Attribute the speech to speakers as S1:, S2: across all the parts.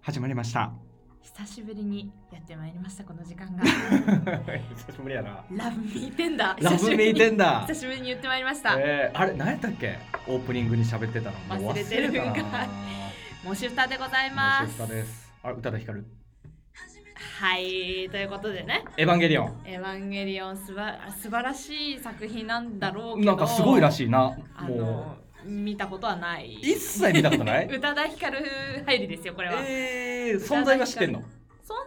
S1: 始まりました。
S2: 久しぶりにやってまいりましたこの時間が
S1: 久しぶりやな。
S2: ラブミーテンダー
S1: ラブメイテンダ
S2: 久
S1: ー。
S2: しぶりに言ってまいりました、
S1: えー、あれ何やったっけオープニングに喋ってたのもう
S2: 忘れてるんかい
S1: 忘れたな
S2: モシュタでございま
S1: もうシフ
S2: す
S1: トですあ宇多田ヒカル
S2: はいということでね
S1: エヴァンゲリオン
S2: エヴァンゲリオンすば素晴らしい作品なんだろうけど
S1: なんかすごいら
S2: い
S1: しいな
S2: あ
S1: も
S2: の見たことはな
S1: う
S2: い
S1: 一切見たことない
S2: 宇多田ヒカル入りですよこれは、
S1: えー、存在は知ってんの
S2: 存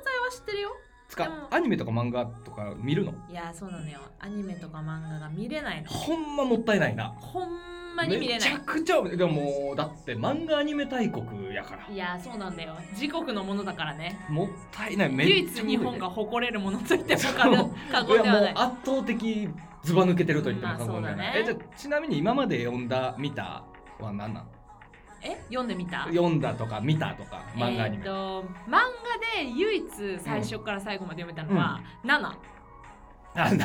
S2: 在は知ってるよ
S1: つか
S2: でも
S1: アニメとか漫画とか見るの
S2: いやそうなのよアニメとか漫画が見れないの
S1: ほんまもったいないな
S2: ほんまに見れな
S1: めち
S2: い
S1: ゃくちゃでももうだって漫画アニメ大国やから
S2: いやそうなんだよ自国のものだからね
S1: もったいないめっ
S2: 唯一
S1: ちゃ多い
S2: 日本が誇れるものといっても過言過
S1: い
S2: 言
S1: や
S2: では
S1: もう
S2: ない
S1: 圧倒的ずば抜けてると言っても過言では
S2: まあ
S1: ない、
S2: そう
S1: えじ
S2: だ
S1: ゃ
S2: ね
S1: あちなみに今まで読んだ見たは何なん
S2: え読んでみた
S1: 読んだとか見たとか漫画アニメ、
S2: えーと漫画で唯一最初から最後まで読めたのは「ナナ
S1: あ7ね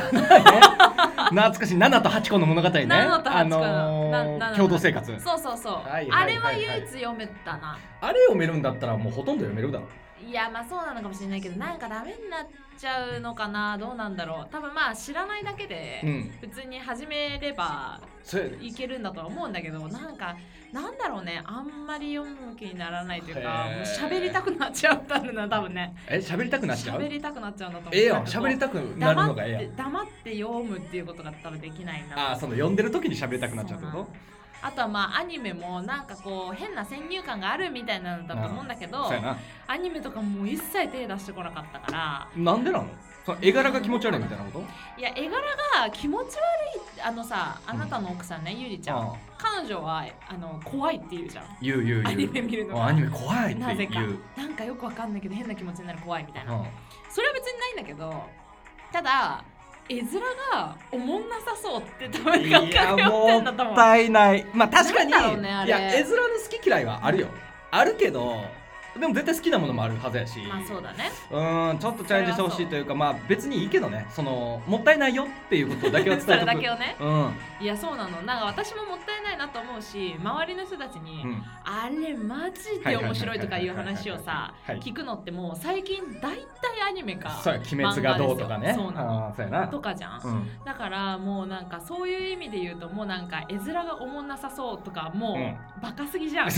S1: 懐かしい7と8個の物語ね
S2: 7と8個の
S1: あの
S2: な
S1: ー
S2: なな
S1: 共同生活
S2: そうそうそう、
S1: はいはいはいはい
S2: あれは唯一読めたな
S1: あれ読めるんだったらもうほとんど読めるだろ
S2: いやまあそうなのかもしれないけどなんかダメになっちゃうのかなどうなんだろう多分まあ知らないだけで、
S1: うん
S2: 普通に始めれば
S1: それ
S2: いけるんだとは思うんだけどなんかなんだろうねあんまり読む気にならないというか
S1: へー
S2: もう喋りたくなっちゃったんだな多分ね
S1: え喋りたくなっちゃう
S2: 喋りたくなっちゃうんだと思う
S1: ええやん
S2: なんかこう
S1: 喋りたくなるのがええやん
S2: 黙って黙って読むっていうことが多分できないな
S1: ああその読んでる時に喋りたくなっちゃうって
S2: そう
S1: こ
S2: なあとはまあアニメもなんかこう変な先入観があるみたいなのだと思うんだけ
S1: と
S2: ど
S1: そうやな
S2: アニメとかもう一切手出してこなかったから
S1: なんでなのその絵柄が気持ち悪いみたいなこと
S2: いや絵柄が気持ち悪いあのさあなたの奥さんね、ゆりちゃん、
S1: ああ
S2: 彼女はあの怖いって言うじゃん
S1: 言う言う
S2: アニ
S1: 言
S2: メ見るの
S1: う
S2: が
S1: あアニメ怖いって
S2: なぜか
S1: 言う
S2: なんかよくわかんないけど変な気持ちになる怖いみたいな、
S1: うん
S2: それは別にないんだけどただ絵面がおもんなさそうって多分
S1: い
S2: 感覚
S1: や
S2: で思って
S1: も
S2: んだと思
S1: っ
S2: う
S1: たいないまあ確かに、
S2: なんだろうねあれ
S1: いや絵面の好き嫌いはあるよあるけどでも絶対好きなものもあるはずやし、
S2: まあそうだね
S1: うーんちょっとチャレンジしてほしいというかまあ別にいいけどねそのもったいないよっていうことだけは伝 え
S2: それ
S1: とく
S2: だけをね
S1: うん、
S2: いやそうなのなんか私ももったいないなと思うし周りの人たちに、
S1: うん、
S2: あれマジで面白いとかいう話をさ
S1: はい
S2: 聞くのってもう最近大体アニメか
S1: そうや鬼滅がどうとか
S2: 漫画
S1: ね
S2: ですよそうなの
S1: あーそうやな
S2: とかじゃん、
S1: うん
S2: だからもうなんかそういう意味で言うともうなんか絵面がおもんなさそうとかもうバカすぎじゃ ん、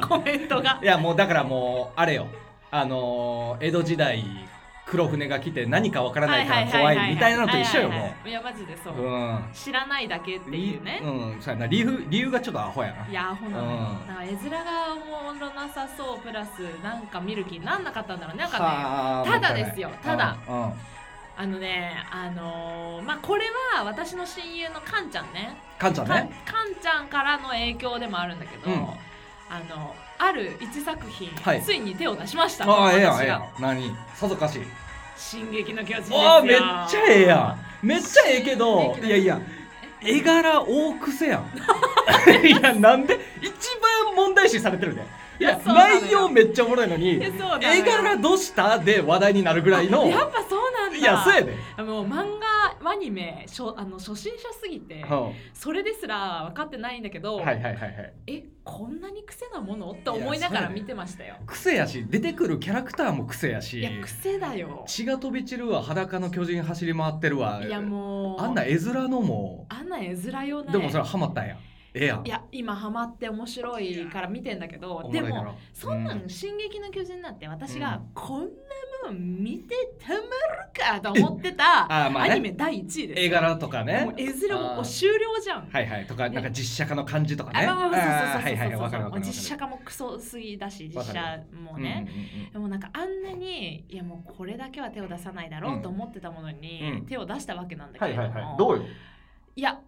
S2: コメントが
S1: いやもうだからもうあれよあのー江戸時代黒船が来て何かわからないから怖いみたいなのと一緒よも
S2: ういやマジでそう、
S1: ううん
S2: 知らないだけっていうね、
S1: うん、そうやな理由理由がちょっとアホや
S2: いやアホなのよ、
S1: うん
S2: だから絵面がおもろなさそうプラスなんか見る気になんなかったんだろうね
S1: な。
S2: なんかね
S1: はあ
S2: ただですよただ。
S1: うんうん
S2: あのねあのーまあこれは私の親友のカンちゃんね
S1: カンちゃん
S2: かん
S1: ね。
S2: カンちゃんからの影響でもあるんだけど、
S1: うん
S2: あのある一作品、
S1: はい
S2: ついに手を出しました
S1: ああええや
S2: 私
S1: んええや
S2: が
S1: ん。何？さぞかしい。
S2: 「進撃の巨人」ですよ
S1: ああめっちゃええやん。めっちゃええけど
S2: 進撃の巨人
S1: いやいや絵柄大癖やん。 いやなんで一番問題視されてるね。い
S2: い
S1: や
S2: やそうなのよ
S1: 内容めっちゃおもろいのに
S2: いやそうなのよ
S1: 絵柄どうしたで話題になるぐらいの。
S2: やっぱそうなんだ
S1: いやそうやで。
S2: もう漫画アニメしょあの初心者すぎて
S1: うんは
S2: それですら分かってないんだけど、
S1: いはいはいはい。
S2: えこんなに癖なものって思いながら見てましたよ
S1: 癖やし出てくるキャラクターも癖やし。
S2: いや癖だよ
S1: 血が飛び散るわ裸の巨人走り回ってるわ
S2: いやもう
S1: あんな絵面のも
S2: あんな絵面よね
S1: でもそれハマったんやええやん
S2: いや今ハマって面白いから見てんだけど
S1: お
S2: で
S1: もろいだ
S2: も
S1: ろ
S2: そんな
S1: うん
S2: 「進撃の巨人」なんて私
S1: う
S2: が
S1: ん
S2: こんなもん見てたまるかと思ってた
S1: あーまあ
S2: アニ
S1: ね
S2: メ第1位です
S1: 絵柄とか
S2: も
S1: ね
S2: う絵面ももう終了じゃん
S1: はいはいとかなんか実写化の感じとか
S2: あ
S1: ね
S2: まあまあまあ
S1: あー
S2: そう
S1: はいはいはい
S2: そうそうそ
S1: わかるわ
S2: う
S1: か
S2: もう
S1: る
S2: 実写化もクソすぎだし実
S1: わかるわか
S2: 写もねでもなんかあんなにいやもうこれだけは手を出さないだろうと思ってたもの
S1: うんう
S2: に
S1: ん
S2: 手を出したわけなんだ
S1: は
S2: けれ
S1: い
S2: ど
S1: はい
S2: も、
S1: はいどうよ
S2: いや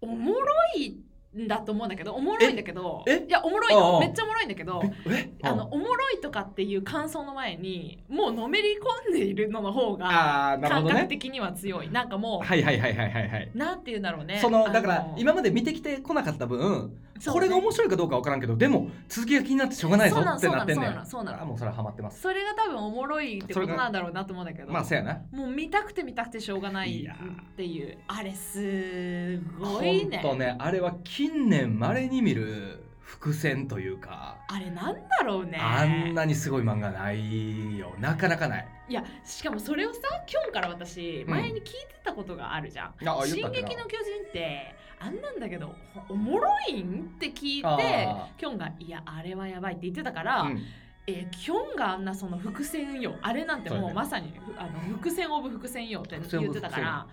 S2: おもろいんだと思うんだけどおもろいんだけど
S1: ええ
S2: いやおもろい
S1: ああ
S2: のめっちゃおもろいんだけど
S1: え
S2: あのおもろいとかっていう感想の前にもうのめり込んでいるのの方が
S1: あーなるほ
S2: 感
S1: ど
S2: 覚
S1: ね
S2: 的には強いなんかも
S1: はいはいはいはいはいはいう
S2: なんて言うんだろうね
S1: そのだから
S2: あの
S1: 今まで見てきてこなかった分
S2: そう
S1: こ
S2: ね
S1: れが面白いかどうかわからんけどでも続きが気になってしょうがないぞってなって
S2: そうなのそ
S1: んねん
S2: うなのそうなのそうなの
S1: あーもうそれはハマってます
S2: それが多分おもろいってことなんだろうなと思うんだけど
S1: まあそうやな
S2: もう見たくて見たくてしょうがない
S1: いやー
S2: っていうあれすご
S1: ほ
S2: い
S1: ん
S2: ね
S1: とねあれは近年まれに見る伏線というか、
S2: あれなんだろうね
S1: あんなにすごい漫画ないよなかなかない
S2: いやしかもそれをさ今日から私
S1: うん
S2: 前に聞いてたことがあるじゃん「
S1: ああ
S2: 進
S1: 言ったっけ
S2: 撃
S1: な
S2: の巨人」ってあんなんだけどほおもろいんって聞い
S1: あ
S2: てきょんが「いやあれはやばい」って言ってたから、
S1: うん
S2: えきょんがあんなその伏線よあれなんて
S1: そうだ
S2: もう
S1: ね
S2: まさにふあの伏線オブ伏線よって
S1: 伏線
S2: 言ってたから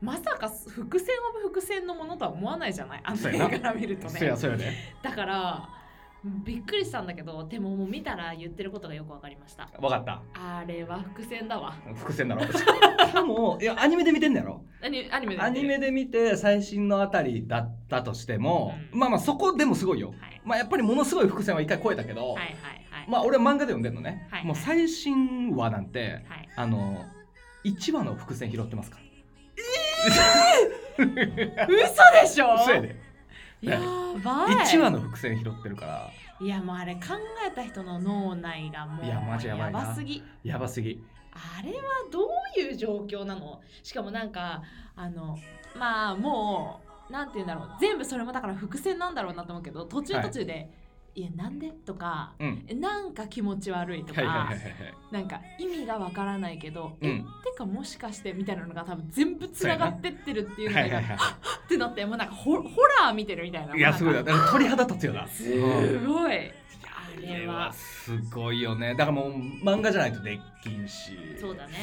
S2: まさか伏線オブ伏線のものとは思わないじゃないあの
S1: そう
S2: 映
S1: やな
S2: 画から見る
S1: う
S2: と
S1: んそうや
S2: ね
S1: そうやね
S2: だからびっくりしたんだけどでももう見たら言ってることがよくわかりました
S1: わかった
S2: あれは伏線だわ
S1: 伏線だろしかもいやアニメで見てんのやろ
S2: アニアニメで
S1: アニメで見て最新のあたりだったとしても、
S2: うん
S1: まあまあそこでもすごいよ、
S2: はい
S1: まあ、やっぱりものすごい伏線は一回超えたけど、
S2: はいはいはい
S1: まあ俺は漫画で読んでんのね、
S2: はい
S1: もう最新話なんて
S2: はい
S1: あの1話の伏線拾ってますから
S2: 嘘でしょ
S1: そうやで
S2: やばい
S1: 1話の伏線拾ってるから
S2: いやもうあれ考えた人の脳内がもう
S1: いやマジやばいな
S2: すぎ
S1: やばすぎ
S2: あれはどういう状況なのしかもなんかあのまあもうなんて言うんだろう全部それもだから伏線なんだろうなと思うけど途中途中で「い、やなんで?」とか
S1: うん
S2: 「えなんか気持ち悪い」とか、
S1: はいはいはいはいはい
S2: なんか意味がわからないけど「
S1: う
S2: え
S1: ん
S2: てかもしかして」みたいなのが多分全部つながってってるっていうのが、
S1: はいはいは
S2: ってなってもうなんかホホラー見てるみたいない
S1: いやすごい
S2: な
S1: よ
S2: んか
S1: だから鳥肌立つよな
S2: すごい
S1: あ
S2: あれ
S1: れ
S2: は
S1: はすごいよねだからもう漫画じゃないとできんし
S2: そうだね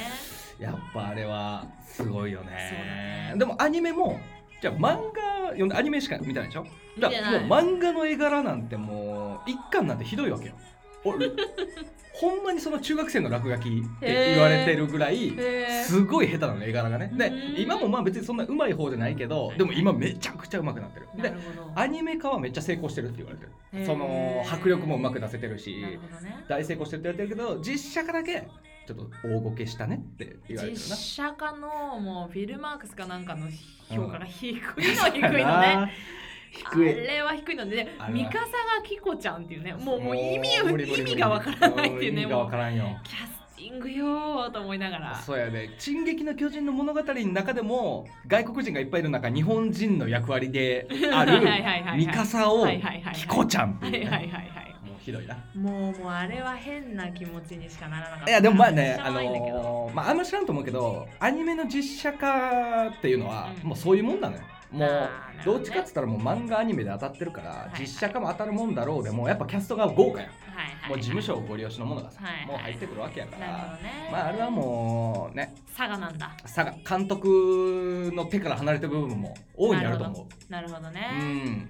S1: やっぱあれはすごいよね
S2: そうだね
S1: でもアニメもじゃあ漫画読んでアニメしか見てないでしょだから
S2: 見
S1: も
S2: てな
S1: う
S2: い
S1: 漫画の絵柄なんてもう一巻なんてひどいわけよ 俺ほんまにその中学生の落書きって言われてるぐら
S2: へ
S1: い
S2: ー
S1: すごい下手なの絵柄がね
S2: うーん
S1: で今もまあ別にそんな上手い方じゃないけどでも今めちゃくちゃ上手くなってる
S2: な
S1: で
S2: るほど
S1: アニメ化はめっちゃ成功してるって言われて
S2: へー
S1: るその迫力もうまく出せてる
S2: なる
S1: し
S2: ほどね
S1: 大成功してるって言われてるけど実写化だけちょっと大ごけしたねって言われて
S2: 実
S1: るな
S2: 写化のもうフィルマークスかなんかの評価が低いの低
S1: そう
S2: い
S1: や
S2: のね。
S1: な低
S2: あ
S1: い
S2: れは低いので、ね
S1: あ、れ
S2: ミ
S1: は
S2: カサガキコちゃんっていうね、もうもう意味
S1: 無
S2: を
S1: 理無理無
S2: 意
S1: 理
S2: 味がわからないっていう
S1: 意
S2: ね、
S1: 味が
S2: も
S1: わ
S2: う
S1: からんよ
S2: キャスティングよーと思いながら。
S1: そうやね「進撃の巨人」の物語の中でも外国人がいっぱいいる中日本人の役割であ
S2: はいはいはいは
S1: る
S2: い
S1: ミカサを
S2: はいはいはいはい
S1: キコちゃんって
S2: はいいうはい
S1: ね
S2: はいはい。
S1: もうひどいな。
S2: もうもうあれは変な気持ちにしかならなかった。
S1: いやでもまあ ね、
S2: しょ
S1: あ
S2: うがないんだけど
S1: のーまあ、あんま知らんと思うけどアニメの実写化っていうのは
S2: うん
S1: もうそういうもんなのよ。もう
S2: あーなるほど
S1: ど
S2: ね
S1: っちかっつったらもう漫画アニメで当たってるか
S2: い
S1: ら
S2: はい
S1: 実写化も当たるもんだろうでもやっぱキャストが豪華やん
S2: はいはいはい
S1: もう事務所をご利用しのものがさ
S2: はいはい
S1: もう入ってくるわけやか
S2: なるほ
S1: ら
S2: どね。
S1: まああれはもうね
S2: 佐賀なんだ。
S1: 佐賀監督の手から離れてる部分も大いにあると思う。
S2: なるほど
S1: う
S2: ね。
S1: ん、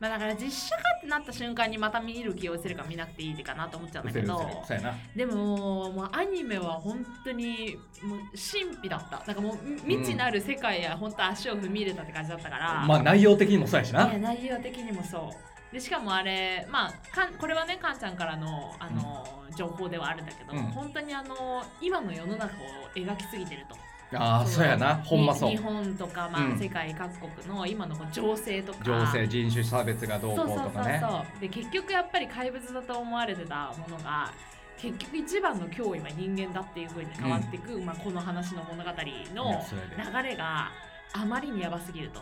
S2: まあだから実写化ってなった瞬間にまた見る気をするか見なくていいかなと思っちゃうんだけど。
S1: そうやな。
S2: でももうアニメは本当にもう神秘だったなんかもうみ未知なる世界や本当足を踏み入れたって感じだったから、
S1: まあ内容的にもそうやし
S2: い
S1: な
S2: や。内容的にもそうでしかもあれまあかんこれはねかんちゃんからのあの、情報ではあるんだけど、
S1: うん
S2: 本当にあの今の世の中を描きすぎてると
S1: ああ、そうやな。ほんまそう
S2: に日。本とか、まあ
S1: うん
S2: 世界各国の今のこう情勢とか
S1: 情勢、人種差別がどうこ
S2: そう
S1: う
S2: そうそ
S1: と
S2: うそ
S1: かね。
S2: うで結局やっぱり怪物だと思われてたものが結局一番の脅威は人間だっていう風に変わっていく、まあ、この話の物語
S1: いや
S2: の
S1: そうやで
S2: 流れがあまりにやばすぎると。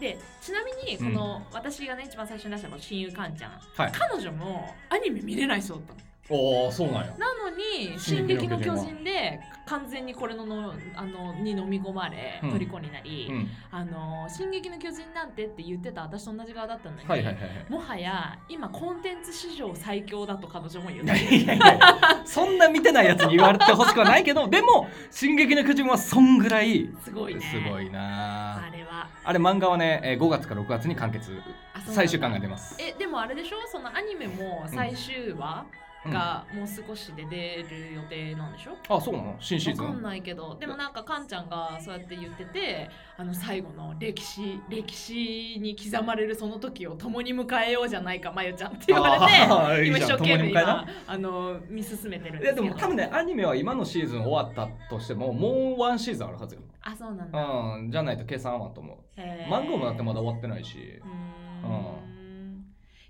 S2: でちなみにこの、私がね一番最初に出したの親友かんちゃん、
S1: はい
S2: 彼女もアニメ見れない人だったの。
S1: おお、そうなんや。
S2: なのに「進撃の巨人」で完全にこれののあのに飲み込まれ
S1: うん
S2: 虜になり「
S1: うん。
S2: あの進撃の巨人」なんてって言ってた私と同じ側だったのに、
S1: はいはいはいはい。
S2: もはや今コンテンツ史上最強だと彼女も言う
S1: い やいやいやそんな見てないやつに言われてほしくはないけどで も「進撃の巨人」はそんぐらい
S2: すごいね
S1: すごい
S2: あ
S1: な
S2: れは
S1: あれ漫画はねえー5月か6月に完結
S2: あそうなんだ
S1: 最終巻が出ます
S2: えでもあれでしょそのアニメも最終話
S1: うん
S2: がもう少しで出る予定なんでしょ、
S1: あそうなの新シーズ
S2: わかん
S1: ン
S2: ないけどでもなんかカンちゃんがそうやって言っててあの最後の歴史歴史に刻まれるその時を共に迎えようじゃないかまゆちゃんって言われ
S1: あー
S2: て
S1: いい
S2: 今
S1: じ
S2: 一
S1: ゃ
S2: 生
S1: ん
S2: 懸
S1: 共
S2: 命
S1: に迎えな
S2: 今あの見進めてるんで
S1: い
S2: す
S1: や
S2: け
S1: で
S2: ど
S1: も多分ねアニメは今のシーズン終わったとしてももうワンシーズンあるはずよ
S2: あそうなんだ
S1: うんじゃないと計算合わんと思う
S2: へー
S1: 漫画もだってまだ終わってないし
S2: うーん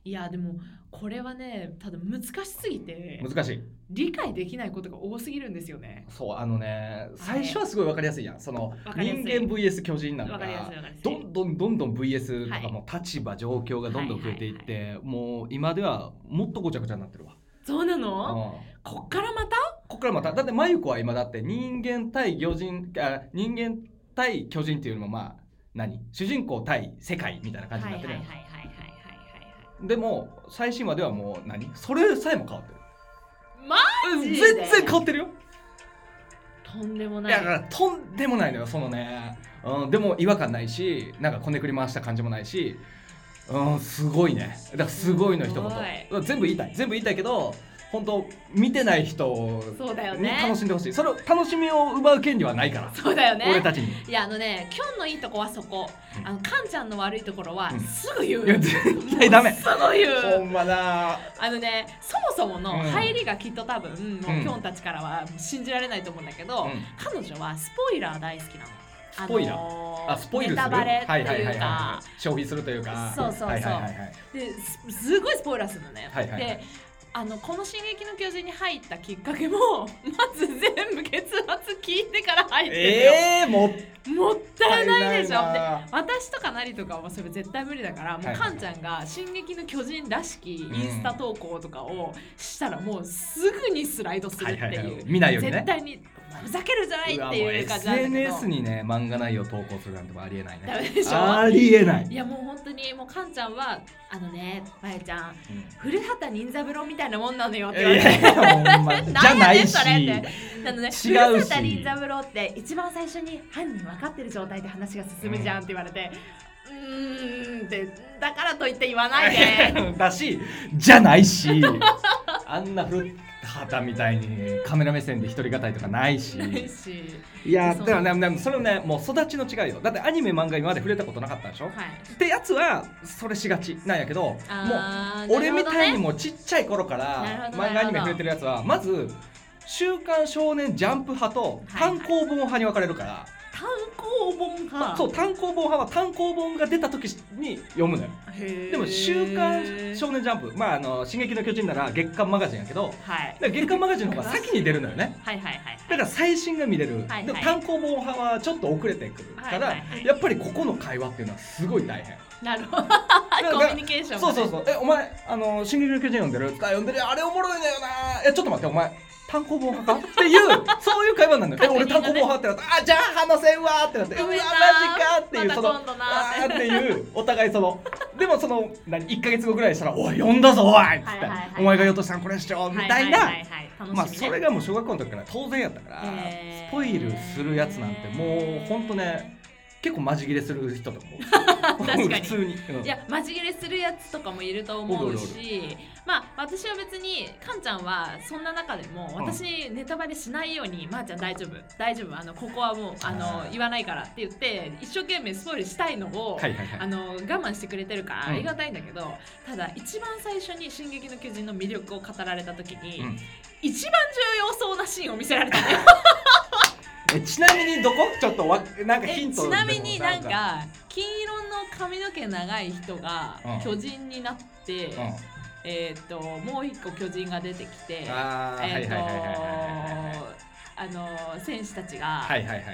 S2: いやでもこれはねただ難しすぎて
S1: 難しい
S2: 理解できないことが多すぎるんですよね。
S1: そうあのね最初はすごい分かりやすいやんその
S2: わかりや
S1: 人
S2: すい
S1: 間 VS 巨人な
S2: わ
S1: の
S2: かりやす
S1: が
S2: いわかりやすい。
S1: どんどんどんどん VS
S2: は
S1: と
S2: い
S1: かも立場状況がどんどん増えていってもう今ではもっとごちゃごちゃになってるわ。
S2: そうなの、
S1: うん
S2: こっからまた
S1: ここからまただって真由子は今だって人間対魚人あ人間対巨人っていうよりもまあ何主人公対世界みたいな感じになってるやん、
S2: はいはいはいはいはい
S1: でも最新話ではもう何それさえも変わってる
S2: マジで
S1: 全然変わってるよ
S2: はい。とんでもない。
S1: だからとんでもないのよそのね、うん、でも違和感ないしなんかこねくり回した感じもないしうんすごいねだからすごいの一言
S2: すごい
S1: だから全部言いたい全部言いたいけど本当見てない人
S2: そうだよ
S1: に
S2: ね。
S1: 楽しんでほしいそれを楽しみを奪う権利はないから
S2: そうだよね。
S1: 俺たちに。
S2: いやあのね、キョンのいいとこはそこ
S1: う。ん
S2: あのカンちゃんの悪いところは
S1: うん
S2: すぐ言う。
S1: いや絶対ダメ
S2: もうすぐ言う。
S1: んまだ
S2: あのね、そもそもの
S1: うん
S2: 入りがきっと多分、もううんキョンたちからは信じられないと思うんだけど、
S1: うん
S2: 彼女はスポイラー大好きなの。
S1: スポイラー
S2: あのー
S1: あスポイルする
S2: ネタバレって
S1: はいはい
S2: い
S1: は
S2: う
S1: い
S2: か
S1: は。い消費するというか
S2: そうそうそう
S1: はいはいはいはい
S2: ですすごいスポイラーするのね。
S1: はいはいはい
S2: であのこの「進撃の巨人」に入ったきっかけも まず全部結末聞いてから入ってるよ、
S1: えー、もっ
S2: もった
S1: た
S2: い
S1: い
S2: な
S1: ないい
S2: でしょで
S1: な
S2: 私とかなりとかはそれ絶対無理だからも
S1: は
S2: う
S1: い
S2: カンちゃんが「進撃の巨人」らしきインスタ投稿とかをしたらもうすぐにスライドするって
S1: はいはい
S2: い
S1: はいう見ないようにね
S2: 絶対にふざけるじゃないう
S1: わ
S2: って
S1: もう
S2: いう感じなんだけど
S1: SNS にね漫画内容投稿するなんてもありえない
S2: ダ
S1: ね
S2: メでしょ
S1: ありえない
S2: いやもう本当にもうカンちゃんはあのねまゆちゃん古畑任三郎みたいなもんなのよっ
S1: い
S2: て言われて
S1: やほんまじゃ
S2: な
S1: な
S2: んやねん
S1: いし
S2: それってなのね、
S1: 違
S2: 古
S1: うし
S2: 畑任三郎って一番最初に犯人分かってる状態で話が進むじゃんって言われて、うーんってだからといって言わないで
S1: だしじゃないしあんな古畑みたいにカメラ目線で一人語りとかないし
S2: ないし、
S1: いや
S2: そう
S1: でもねでもそれねもう育ちの違いよだってアニメ漫画今まで触れたことなかったでしょ、
S2: はい、
S1: ってやつはそれしがちなんやけどもう
S2: あー
S1: 俺
S2: な
S1: み
S2: るほど
S1: たいに
S2: ね
S1: もうちっちゃい頃か
S2: な
S1: ら
S2: るほど
S1: 漫画ア
S2: なるほ
S1: ニメ
S2: ど
S1: 触れてるやつはまず「週刊少年ジャンプ」派と
S2: はいはい
S1: 単行本派に分かれるから、
S2: 単行本か
S1: そう単行本派は単行本が出た時に読むのよで
S2: で
S1: も「週刊少年ジャンプ」まああの「進撃の巨人」なら月刊マガジンやけど
S2: はい、
S1: だから月刊マガジンの方が先に出るのよね
S2: はいはいはい
S1: だから最新が見れる、
S2: はいはい
S1: でも単行本派はちょっと遅れてくるか
S2: は
S1: ら、
S2: いはいはい
S1: やっぱりここの会話っていうのはすごい大変
S2: なるほど
S1: ら
S2: コミュニケーション
S1: そうそう
S2: う
S1: そう。え、お前、あの、進撃の巨人読んでるあ、読んでるよあれおもろいんだよなえ、ちょっと待って、お前、単行本派かっていう、そういう会話なん だよ。え、俺単行本派ってなって、あ、じゃあ話せんわーってなって、うわ、
S2: ご
S1: マ
S2: めん
S1: ジ
S2: な
S1: かーってい
S2: ま
S1: う、
S2: た
S1: その、
S2: 今度な
S1: あ
S2: ー
S1: ーっていう、お互いその、でもその、何、1ヶ月後ぐらいしたら、おい、読んだぞ、おいっつって、
S2: はいはいはい
S1: お前が言おうとしたんこれしよう、みたいな。
S2: はいはいはいはい、楽しみ、ね
S1: まあそれがもう小学校の時から当然やったから、
S2: へー
S1: スポイルするやつなんてもうほんとね結構マジ切れする人とかも
S2: 確かに
S1: 普通に、うん
S2: いやマジ切れするやつとかもいると思うし
S1: お
S2: まあ私は別にカンちゃんはそんな中でも
S1: ん
S2: 私にネタバレしないように「まー、ちゃん大丈夫大丈夫あのここはもうあの
S1: あー
S2: 言わないから」って言って一生懸命スポイルしたいのを、
S1: はいはいはい
S2: あの我慢してくれてるから
S1: うん
S2: ありがたいんだけど、ただ一番最初に「進撃の巨人」の魅力を語られた時に、
S1: うん
S2: 一番重要そうなシーンを見せられたね
S1: えちなみにどこちょっとわなんかヒ
S2: え
S1: ン
S2: ち
S1: トでも
S2: なみになんか金色の髪の毛長い人が
S1: うん
S2: 巨人になって。
S1: うん、あ
S2: えーっ、ともう一個巨人が出てきてえ
S1: あーは
S2: ー
S1: い
S2: っ、
S1: はいはいはいはい
S2: とあのー選手たちが、
S1: はいはいはい
S2: あの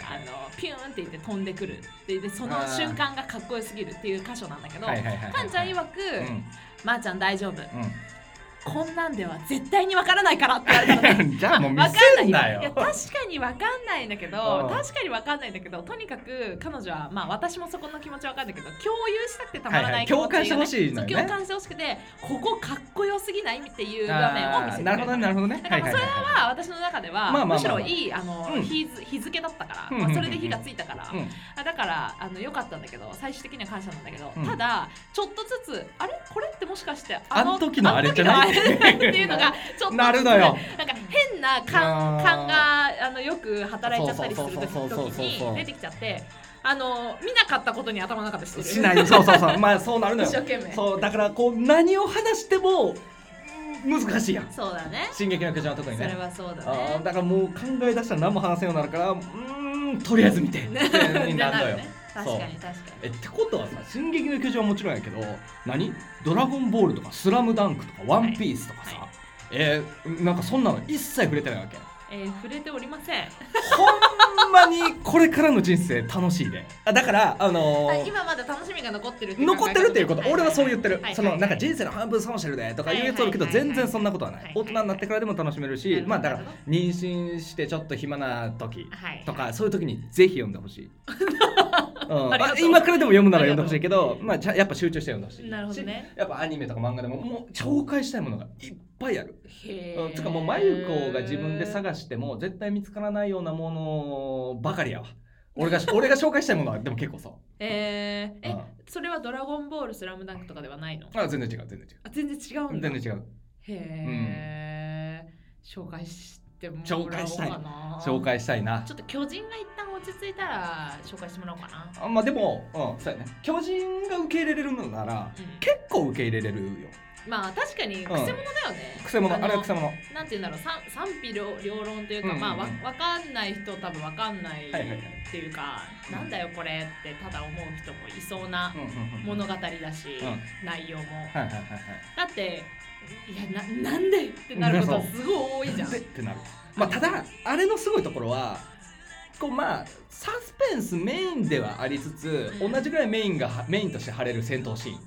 S2: ーピューンって言って飛んでくるででその
S1: あー
S2: 瞬間がかっこよすぎるっていう箇所なんだけど、
S1: はいはいはいはい
S2: かんちゃん曰く、
S1: うん
S2: まー、ちゃん大丈夫こんなんでは絶対にわからないからって言われたのね
S1: うんじゃあもう見
S2: わか
S1: せ
S2: ん
S1: ん
S2: な
S1: ないよ
S2: いや確かにわかんないんだけど
S1: うん
S2: 確かにわかんないんだけどとにかく彼女はまあ私もそこの気持ちわかんないけど共有したくてたまら
S1: はい
S2: な
S1: はいい
S2: 気持ちがね、
S1: 共感してほしいのよね
S2: そう共感してほしくてここかっこよすぎないっていう場面を見せ
S1: あ
S2: てくれ
S1: ーな
S2: た
S1: るほどねなるほどね
S2: だからそれは私の中では、
S1: まあまあまあ
S2: むしろいいあの、
S1: うん
S2: 日付日付だったから、
S1: うんうん
S2: ま
S1: うん
S2: あ、
S1: うん
S2: それで火がついたから、
S1: うん
S2: あだからあの良かったんだけど最終的には感謝なんだけど、
S1: うん
S2: ただちょっとずつあれこれってもしかして
S1: あの時のあれじゃない
S2: あの時のあれっていうのがちょっとずつ
S1: なるのよ
S2: なんか変な感
S1: あー
S2: 感があのよく働いちゃったりする時
S1: そうそうそうそう
S2: 時
S1: そうそう
S2: に出てきちゃってあの見なかったことに頭の中でして
S1: うん
S2: る
S1: しないそうそうそうまあそうなるの
S2: 一
S1: よ
S2: 生懸命そう
S1: そうだからこう何を話してもうん難しいやん
S2: だね
S1: 進撃の巨人は特に
S2: それ
S1: ね
S2: はそうだ
S1: あー
S2: ね
S1: だからもう考え出したら何も話せんようになるからうーんとりあえず見てってなるのよ
S2: ね確かに確か
S1: えってことはさ「進撃の巨人」はもちろんやけど何「ドラゴンボール」とか「スラムダンクとか「ワンピースとかさ、
S2: は
S1: えーなんかそんなの一切触れてないわけ
S2: に、えー触れておりません
S1: ほんまにこれからの人生楽しいであだからあの
S2: あ
S1: ー
S2: 今まだ楽しみが残ってる
S1: 残ってるっていうこと、俺はそう言ってる、そのなんか
S2: 人
S1: 人生の半分損してるでとかいうやつおるけど、
S2: はいはいはい
S1: 全然そんなことはない、
S2: はいはいはい
S1: 大人になってからでも楽しめるし、
S2: なるほど
S1: まあだか
S2: な
S1: ら
S2: るほ
S1: 妊娠してちょっと暇な時
S2: はい
S1: とかそういう時にぜひ読んで ほしい、うん
S2: ありがとう
S1: 今からでも読むなら読んでほしいけどまあじゃあやっぱ集中して読んでほしい
S2: なるほどね
S1: しやっぱアニメとか漫画でももう紹介したいものがいっぱいある、
S2: へ
S1: うん、つかもうまゆこが自分で探しても絶対見つからないようなものばかりやわ 俺が俺が紹介したいものはでも結構そう
S2: えー、え、
S1: うん
S2: それはドラゴンボールスラムダンクとかではないの
S1: あ全然違う全然違う
S2: あ全然違うんだ
S1: 全然違う
S2: へー、紹介してもらおう
S1: 紹介したい
S2: かな
S1: 紹介したいな
S2: ちょっと巨人が一旦落ち着いたら紹介してもらおうかな
S1: あまあでも、うん、そうやね巨人が受け入れれるのなら
S2: うん
S1: 結構受け入れれるよ
S2: まあ確かに癖者だよね、
S1: くせ者あれはくせ
S2: 者
S1: 者
S2: なんて言うんだろう賛賛否両両論というか、
S1: うんうんうん
S2: まあわ分かんない人多分分かんない
S1: はいはいはい
S2: っていうか、なんだよこれってただ思う人もいそうな
S1: うんうんうん
S2: 物語だし、
S1: う
S2: 内容も、
S1: はいはいはいはい
S2: だっていやななんでってなることはすごい多いじゃん
S1: でってなるまあただあれのすごいところはこうまあサスペンスメインではありつつ
S2: う
S1: 同
S2: ん
S1: じぐらいメインがはメインとして張れる戦闘シーン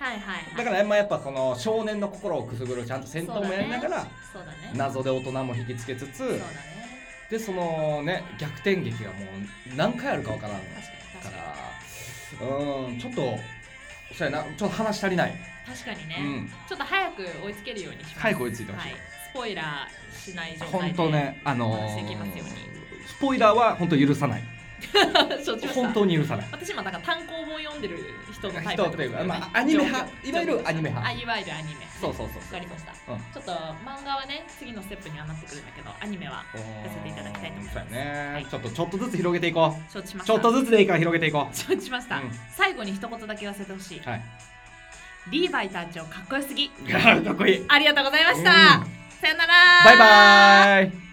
S2: はいはいはい
S1: だからまあやっぱその少年の心をくすぐるちゃんと戦闘もやりながら
S2: そうだね
S1: 謎で大人も引きつけつ
S2: そう
S1: つ
S2: だね
S1: でそのね逆転劇がもう何回あるかわからんの
S2: 確かに
S1: か
S2: 確から
S1: うんちょっとそうやなちょっと話足りない、
S2: に確かにね、
S1: うん
S2: ちょっと早く追いつけるようにします
S1: 早く追いついてほしい
S2: はい、スポイラーしない状態で
S1: 本当 ねあの
S2: 話していきますよ
S1: ー
S2: うに
S1: スポイラーは本当許さない
S2: 承知しました
S1: 本当に許さない
S2: 私今なんか単行本読んでる人のタイプ
S1: 人というか、まあ、アニメ派いわゆるアニメ
S2: あ
S1: 派
S2: いわゆるアニメ
S1: そうそうそう
S2: わ
S1: そ
S2: か
S1: う
S2: りました、
S1: うん
S2: ちょっと漫画はね次のステップにはなってくるんだけどアニメはさせていただきたいと思います
S1: そうやね、
S2: はい
S1: ちょっとちょっとずつ広げていこう
S2: 承知しまし
S1: ち
S2: た
S1: ょっとずつでいいから広げていこ
S2: 承知しました、
S1: うん
S2: 最後に一言だけ言わせてほしい、
S1: うはい
S2: リーバイ隊 長かっこよすぎ
S1: ガーかっこいい
S2: ありがとうございました、
S1: うん
S2: さよなら
S1: バイバーイ